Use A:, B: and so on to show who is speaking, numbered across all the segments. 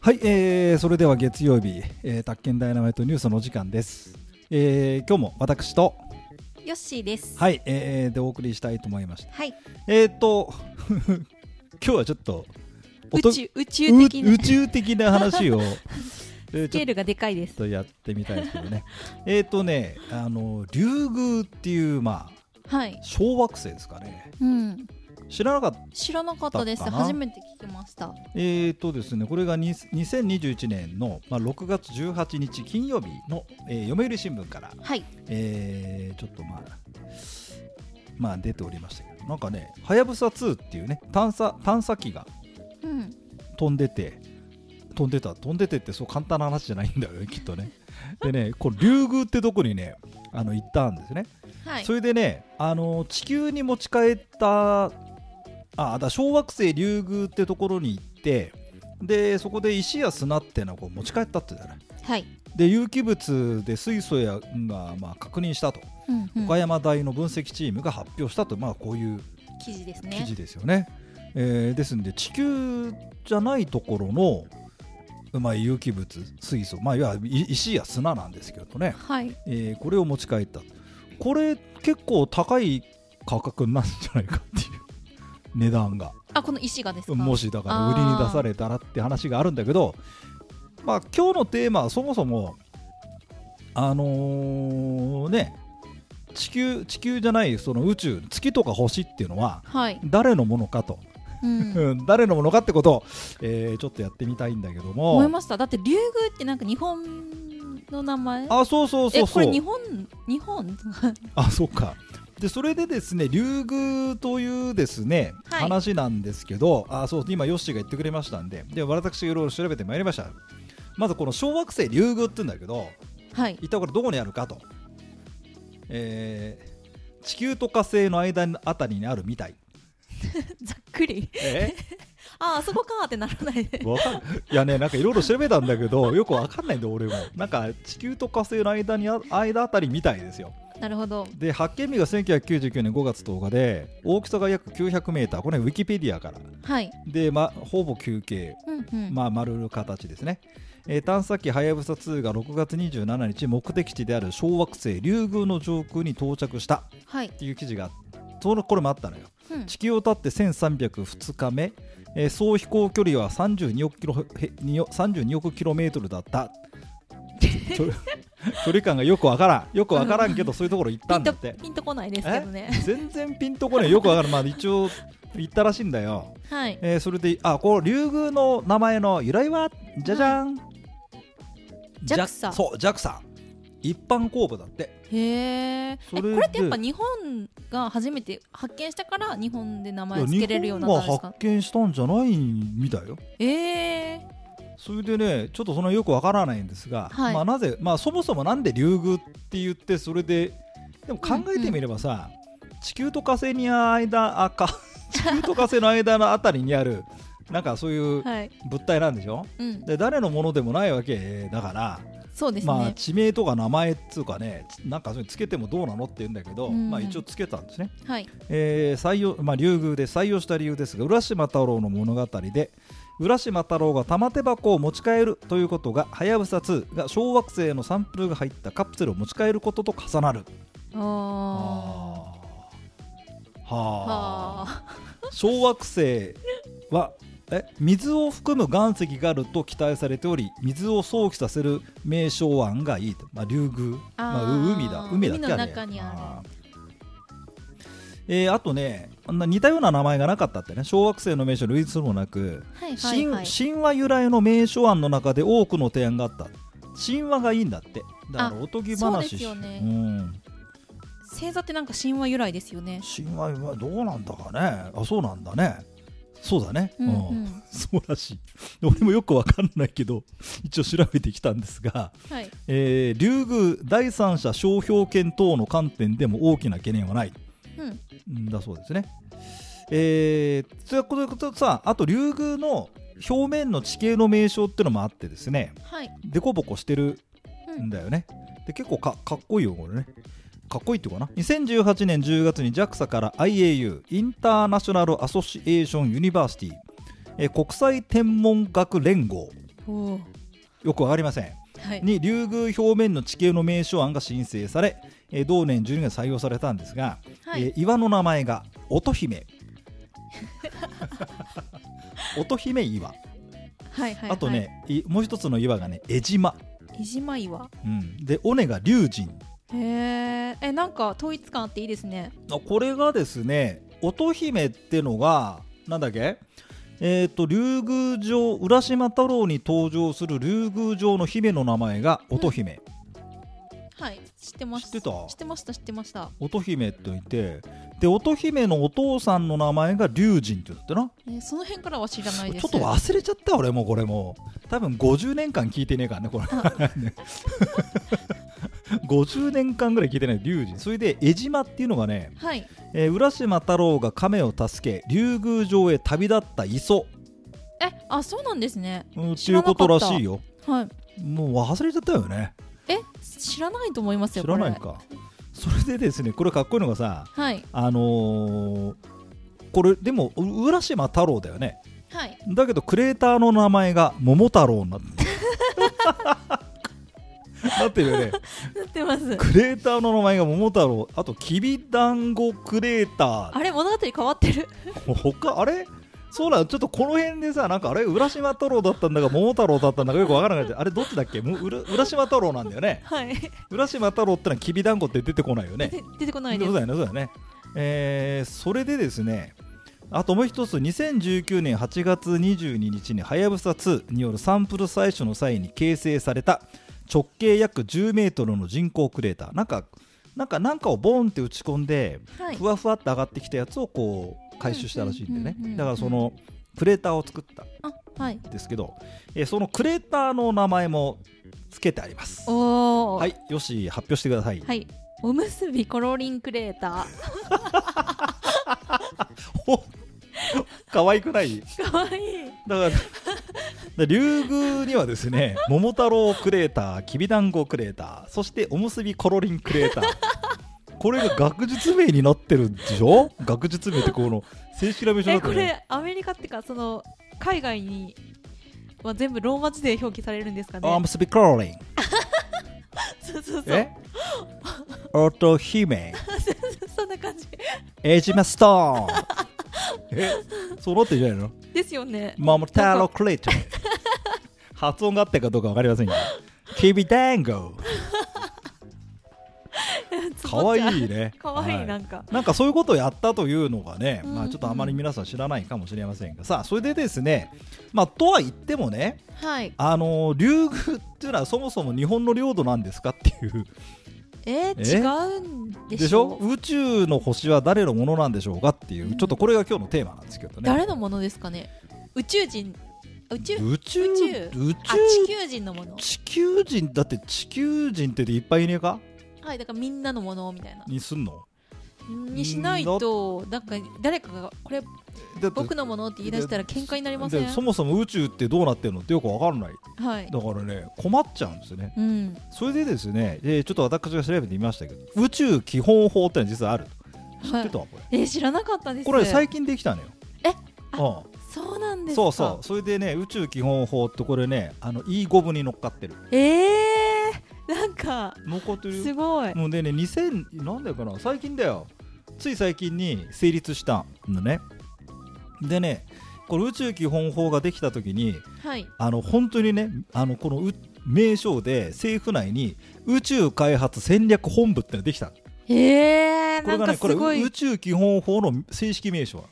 A: はい、えーそれでは月曜日、えー、宅建ダイナマイトニュースのお時間です。えー今日も私と、
B: ヨッシーです。
A: はい、えーでお送りしたいと思いました。
B: はい。
A: えっ、ー、と、 今日はちょっと、お
B: 宇
A: と
B: 宙宇宙的
A: う
B: な
A: 宇宙的な話 を、えー
B: ス
A: ち
B: ケ
A: ょ
B: ー
A: っ
B: ルがでかいです。
A: とやってみたいですけどね。 えっとね、あの、竜宮っていう、まあ、
B: はい。
A: 小惑星ですかね。
B: うん。
A: 知らなかった。
B: 知らなかったです。
A: だったな
B: 初めて聞きました。
A: えーとですね、これがに2021年の、まあ、6月18日金曜日の、えー、読売新聞から、
B: はい。
A: えーちょっとまあ、まあ、出ておりましたけど、なんかね、はやぶさ2っていうね、探査探査機が
B: うん。
A: 飛んでて、飛んでた、飛んでてって、そう簡単な話じゃないんだよね、 きっとね。でね、この竜宮ってとこにね、あの行ったんですね。
B: はい
A: そ。れでね、あの地球に持ち帰ったあだから小惑星リュウグウってところに行ってでそこで石や砂っていうのをこう持ち帰ったって言うんだよね
B: はい。
A: で有機物で水素やが、まあ、確認したと、
B: うん、うん。
A: 岡山大の分析チームが発表したと、まあ、こういう
B: 記事です
A: 記
B: ね。
A: 事ですよね、えーですんで地球じゃないところの、まあ、有機物水素、まあ、いわゆる石や砂なんですけどね、
B: はい。
A: えーこれを持ち帰ったこれ結構高い価格になるんじゃないかっていう値段が
B: あ、この石がですか。
A: もしだから
B: あ
A: 売
B: ー
A: りに出されたらって話があるんだけどまあ今日のテーマはそもそもあのーね地球地球じゃないその宇宙月とか星っていうのは
B: はい。
A: 誰のものかと、
B: うん。
A: うん誰のものかってことを、えーちょっとやってみたいんだけど
B: 思い
A: も
B: ました。だって竜宮ってなんか日本の名前。
A: あそうそうそうそう
B: え、これ日本日本
A: あそうかでそれでですね竜宮というですね、
B: はい
A: 話なんですけどあそう今ヨッシーが言ってくれましたんでで私がいろいろ調べてまいりましたまずこの小惑星竜宮って言うんだけど
B: はい。
A: 一体これどこにあるかと、えー地球と火星の間あたりにあるみたい
B: ざっくり。
A: え
B: あ、あそこかーってならない で。
A: わかんいやねなんかいろいろ調べたんだけどよくわかんないんだ俺もなんか地球と火星の間にあ間あたりみたいですよ
B: なるほど。
A: で発見日が1999年5月10日で大きさが約 900m これウィキペディアから
B: はい。
A: で、ま、ほぼ球形、
B: うんうん。
A: まあ、丸の形ですね、えー探査機はやぶさ2が6月27日目的地である小惑星リュウグウの上空に到着したっ
B: はい。
A: ていう記事がそのこれもあったのよ
B: うん。
A: 地球を経って1302日目、えー総飛行距離は32億キロへに32億キロメートルだった 距離距離感がよくわからんよくわからんけどそういうところ行っ
B: ピ
A: たん
B: ン
A: だ
B: と
A: って
B: ピンとこないですけどね。
A: 全然ピンとこないよくわかるまあ一応言ったらしいんだ よ、
B: はい。
A: えーそれであこの竜宮の名前の由来はじゃじゃん、ジャ
B: JAXA
A: そう JAXA 一般公募だって
B: へえ。
A: そ
B: こ
A: れで
B: れってやっぱ日本が初めて発見したから日本で名前つけれるように
A: い
B: な
A: や
B: ったんで
A: 日本が
B: すか
A: 発。見したんじゃないみたいよ
B: ええ。
A: それでねちょっとそのよくわからないんですが、
B: はい
A: まあ、なぜ、まあ、そもそもなんで竜宮って言ってそれででも考えてみればさ、地球と火星に間あか地球と火星の間のあたりにあるなんかそういう
B: はい。
A: 物体なんでしょ、
B: うん。
A: で誰のものでもないわけだから、
B: そうです
A: まあ、
B: ね。
A: 地名とか名前っつうかねなんかそれつけてもどうなのって言うんだけど、
B: うん
A: まあ、一応つけたんですね、
B: はい。
A: えー採用まあ、竜宮で採用した理由ですが浦島太郎の物語で浦島太郎が玉手箱を持ち帰るということがはやぶさ2が小惑星のサンプルが入ったカプセルを持ち帰ることと重なる
B: あ
A: は
B: あ。
A: あ
B: はあ。
A: 小惑星はえ水を含む岩石があると期待されており水を想起させる名称案がいいと、まあ、竜宮まあ、う海だ
B: あー
A: 海だっけ
B: 海の
A: あれ
B: 中にある
A: あーえーあとねあんな似たような名前がなかったってね小惑星の名称類似もなく、
B: はいはいはい。
A: 神神話由来の名称案の中で多くの提案があった神話がいいんだってだか
B: あ
A: らおとぎ話
B: そうですよね
A: うん
B: 星座ってなんか神話由来ですよね。
A: 神話はどうなんだかねあそうなんだねそうだね、
B: うん
A: う
B: うんん。
A: そうらしいで俺もよくわかんないけど一応調べてきたんですが、
B: はい。
A: えー、竜宮第三者商標権等の観点でも大きな懸念はない
B: うん。
A: んだそうですねえー、そういうこととさあと竜宮の表面の地形の名称ってのもあってですね
B: はい。
A: 凸凹してる
B: うん
A: んだよねで結構かかっこいいよこれねかっこいいっていうかな2018年10月に JAXA から IAU インターナショナル・アソシエーション・ユニバーシティ、えー国際天文学連合
B: おー
A: よくわかりません
B: はい
A: に竜宮表面の地形の名称案が申請され、えー同年12月採用されたんですが、
B: はい
A: えー岩の名前が乙 姫乙姫岩、
B: はいはい
A: あとね、いもう一つの岩がね江島、
B: 江島岩
A: うん、で尾根が龍神
B: へーえなんか統一感あっていいですね
A: あこれがですね乙姫ってのがなんだっけえー、と竜宮城浦島太郎に登場する竜宮城の姫の名前が乙姫、
B: はい知ってます
A: 知ってた
B: 知ってました知ってました
A: 乙姫っていてで乙姫のお父さんの名前が龍神って言ってな
B: えーその辺からは知らない
A: ち
B: です
A: ょっと忘れちゃった俺もうこれもう多分50年間聞いてねえからねこれ 50年間ぐらい聞いてない龍神それで江島っていうのがね、
B: はい
A: えー浦島太郎が亀を助け竜宮城へ旅立った磯
B: えあそうなんですね
A: うんって
B: 知
A: い
B: ら
A: う
B: なか
A: こ
B: った
A: とらしいよ
B: はい
A: もう忘れちゃったよね
B: え知らないと思いますよ
A: 知らないかそれでですねこれかっこいいのがさ
B: これはい
A: あのーこれでもう浦島太郎だよね
B: はい
A: だけどクレーターの名前が桃太郎になって なってるよね
B: 知ってます
A: クレーターの名前が桃太郎あときびだんごクレータ
B: あれ物語変わってる
A: ー他あれそうなのちょっとこの辺でさなんかあれ浦島太郎だったんだか桃太郎だったんだかよくわからなくてあれどっちだっけもう浦浦島太郎なんだよね
B: はい
A: 浦島太郎ってのはきびだんごって出てこないよね
B: で出てこないで
A: そうだよ
B: す
A: ねそうだよね、えーそれでですねあともう一つ2019年8月22日にはやぶさ2によるサンプル採取の際に形成された直径約10メートルの人工クレーターなんかなんかなんかをボーンって打ち込んで
B: はい
A: ふわふわって上がってきたやつをこう回収したらしいんで
B: うんうんうん
A: ね
B: うん
A: だからそのクレーターを作った
B: あはい
A: んですけど、えーそのクレーターの名前も付けてあります
B: おお
A: はいよし発表してください、
B: はいおむすびコロリンクレータ
A: お 可愛くない
B: ー かわいい
A: だからだから竜宮にはです ね桃太郎クレーターきびだんごクレーターそしておむすびコロリンクレーターこれが学術名になってるんでしょ学術名ってこの正式な名称だ
B: え
A: った
B: こ
A: よね
B: れアメリカってかその海外には全部ローマ字で表記されるんですかね
A: おむすびコロリン
B: そうそうそう
A: え乙姫
B: そんな感じ
A: 江島ストーンえそうなってんじゃないの
B: ですよね
A: 桃太郎クレータ ー発音があってるかどうかわかりませんがきびだんご かわいいね
B: かわい
A: はい
B: なんか
A: なんかそういうことをやったというのがね、
B: うん
A: まあ、ちょっとあまり皆さん知らないかもしれませんがさあそれでですね、まあ、とは言ってもね、
B: はい
A: あのー竜宮っていうのはそもそも日本の領土なんですかっていう
B: え
A: え
B: ー、違うんで
A: でし
B: し
A: ょ
B: ょ
A: 宇宙の星は誰のものなんでしょうかっていう、
B: うん
A: ちょっとこれが今日のテーマなんですけどね
B: 誰のものですかね宇宙人宇宙
A: 宇宙
B: 宇宙
A: 宇宙
B: あ地球人のもの
A: 地球人だって地球人っていっぱいいねえか
B: はいだからみんなのものみたいな
A: にすんの
B: にしないとなんか誰かがこれ
A: だって
B: 僕のものって言い出したら喧嘩になりません
A: でそもそも宇宙ってどうなってるのってよくわかんない
B: はい
A: だからね困っちゃうんですよね
B: うん
A: それでですね、えーちょっと私が調べてみましたけど宇宙基本法ってのは実はある知
B: は
A: って
B: い
A: たわこれ、
B: えー、知らなかったです
A: これ最近できたのよ
B: え
A: あ
B: そうなん
A: う
B: で
A: ん、
B: すか
A: そうそうそれでね宇宙基本法ってこれねあの E5 分に乗っかってる
B: えー、なんか
A: 乗っかってる
B: す
A: よ
B: ごい
A: もうでね2000何だかな最近だよつい最近に成立したのねでねこれ宇宙基本法ができた時に
B: はい
A: あの本当にねあのこのう名称で政府内に宇宙開発戦略本部ってのができた
B: えー、
A: これ
B: な
A: が
B: ん
A: ね
B: か
A: こ
B: す
A: れ
B: ごい
A: 宇宙基本法の正式名称は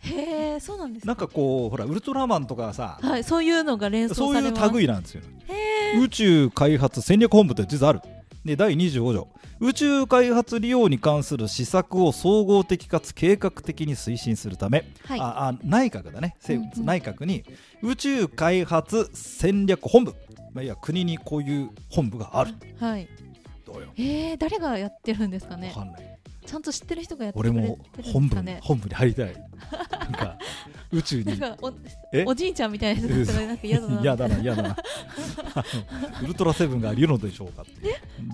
B: へー、そうなんです
A: なんかこうほらウルトラマンとかさ
B: はいそういうのが連
A: そ
B: 想
A: う
B: さ
A: い
B: れ
A: う
B: ます
A: 類なんですよ
B: へ
A: 宇宙開発戦略本部って実はあるで第25条宇宙開発利用に関する施策を総合的かつ計画的に推進するため、
B: はい
A: ああ内閣だね政府
B: うんうん
A: 内閣に宇宙開発戦略本部、まあ、いや国にこういう本部がある
B: ーはい
A: どうよ
B: えー、誰がやってるんですかね
A: わかんない
B: ちゃんと知ってる人がやってく
A: 俺
B: れてる
A: も
B: んです
A: 本部
B: か
A: に
B: ね
A: 本部に入りたいなんか宇宙
B: な
A: に
B: んかお
A: え
B: おじいちゃんみたいな 人だったらなんか嫌だな
A: 嫌だな嫌だなあのウルトラセブンがいるのでしょうか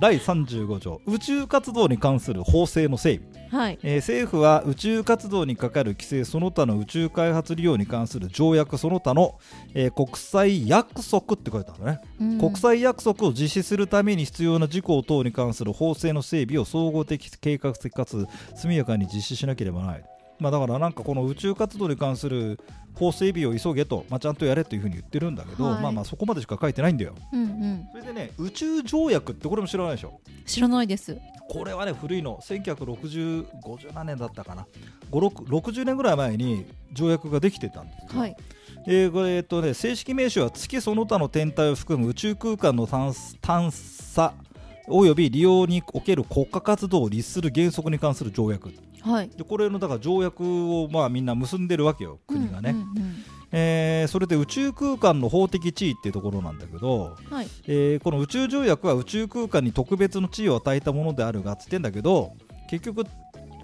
A: 第35条宇宙活動に関する法制の整備
B: はい
A: えー政府は宇宙活動にかかる規制その他の宇宙開発利用に関する条約その他の、えー国際約束って書いてあるんだね、
B: うん
A: 国際約束を実施するために必要な事項等に関する法制の整備を総合的計画的かつ速やかに実施しなければならない、まあ、だからなんかこの宇宙活動に関する法整備を急げと、まあ、ちゃんとやれというふうに言ってるんだけど、
B: はい
A: まあまあそこまでしか書いてないんだよ
B: うんうん
A: それでね宇宙条約ってこれも知らないでしょ
B: 知らないです
A: これはね古いの1960何年だったかな5 6 60年ぐらい前に条約ができてたんですよ、
B: はい
A: えーこれえっとね、正式名称は月その他の天体を含む宇宙空間の探査探査および利用における国家活動を律する原則に関する条約
B: はい
A: でこれのだから条約をまあみんな結んでるわけよ国がね、
B: うんうん
A: えーそれで宇宙空間の法的地位っていうところなんだけど、
B: うんはい
A: えーこの宇宙条約は宇宙空間に特別の地位を与えたものであるがっつってんだけど結局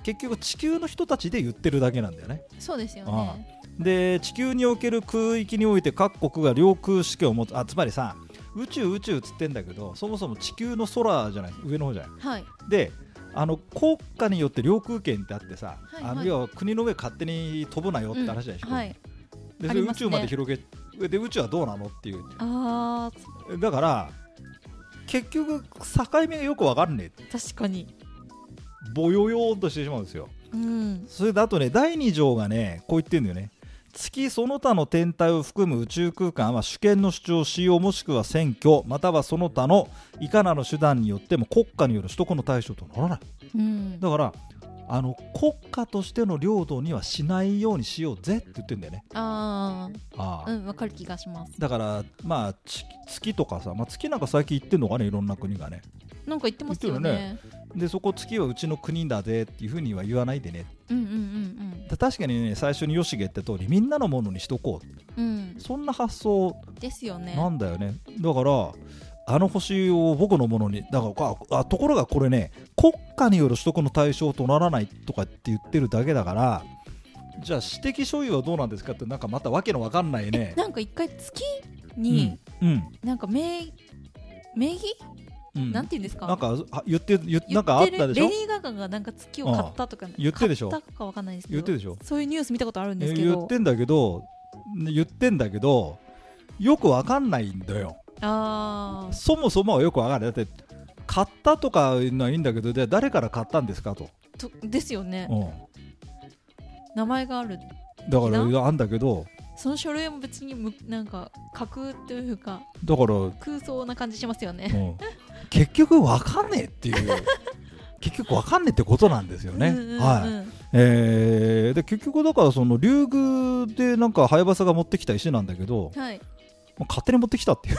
A: 結局地球の人たちで言ってるだけなんだよね
B: そうですよ
A: あ
B: ね
A: で地球における空域において各国が領空主権を持つあつまりさ宇宙宇宙っつってんだけどそもそも地球の空じゃない上の方じゃない
B: はい
A: であの国家によって領空権ってあってさ、
B: はいはい
A: あの要は国の上勝手に飛ぶなよって話じゃないでしょ、
B: うんはい
A: で
B: あ
A: それ
B: り
A: 宇
B: ますね
A: 宙まで広げ、で宇宙はどうなのっていう
B: あー
A: だから結局境目がよくわかんねえ
B: 確かに
A: ぼよよーんとしてしまうんですよ
B: うん
A: それであとね第2条がねこう言ってるんだよね月その他の天体を含む宇宙空間は主権の主張使用もしくは選挙またはその他のいかなる手段によっても国家による取得の対象とならない
B: うん
A: だからあの国家としての領土にはしないようにしようぜって言ってんだよね
B: あ
A: あ
B: あ
A: あ、
B: うんわかる気がします
A: だからまあち月とかさ、まあ、月なんか最近行ってんのかねいろんな国がね
B: なんか言ってますよ
A: 言
B: ね
A: でそこ月はうちの国だぜっていうふうには言わないでね
B: うんうん
A: た確かにね最初によしげって通りみんなのものにしとこう
B: うんうん
A: そんな発想
B: うんですよね
A: なんだよねだからあの星を僕のものにだからああところがこれね国家による取得の対象とならないとかって言ってるだけだからじゃあ私的所有はどうなんですかってなんかまたわけのわかんないね
B: なんか一回月に
A: うんうん
B: なんか名名義
A: うん
B: なんて言うんです
A: なん
B: か
A: かあ言って言って
B: 言
A: な
B: っ
A: んかあってた
B: る
A: でし
B: レ
A: ょ
B: ディー・ガガがなんか月を買ったとか
A: 言ってでしょ
B: 買ったかわかんないですけ
A: 言
B: ど
A: ってでしょ
B: そういうニュース見たことあるんですけ
A: 言っ
B: ど
A: てんだけど言ってんだけどよくわかんないんだよ
B: ああ
A: そもそもはよくわかんないだって買ったとかいうのはいいんだけどで誰から買ったんですかと、
B: とですよね
A: うん、
B: 名前がある
A: だか
B: い
A: らあんだけど
B: その書類も別にむなんか架空というか
A: だから、うん、
B: 空想な感じしますよね
A: 結局わかんねえっていう 結局わかんねえってことなんですよね、
B: うんうんうん
A: はいえーで結局だからその竜宮でなんか早さが持ってきた石なんだけど
B: はい
A: まあ勝手に持ってきたって いう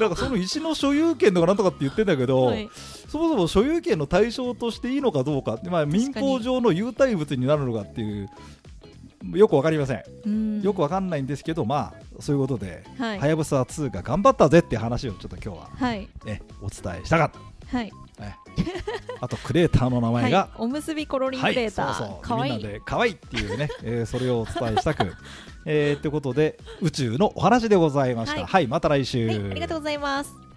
A: だからその石の所有権とかなんとかって言ってんだけど、
B: はい
A: そもそも所有権の対象としていいのかどうか、まあ、民法上の有体物になるのかっていうよくわかりません、
B: うん
A: よくわかんないんですけどまあそういうことで「
B: はい
A: はやぶさ2」が頑張ったぜっていう話をちょっと今日は、
B: はい
A: ね、お伝えしたかった
B: はい
A: あとクレーターの名前が、
B: はいおむすびコロリングレータ
A: はい、そうそ
B: ー
A: う
B: かわい
A: みんないで可愛いっていうね、 えーそれをお伝えしたくえーということで宇宙のお話でございました
B: は
A: はいい、また来週、
B: はいありがとうございます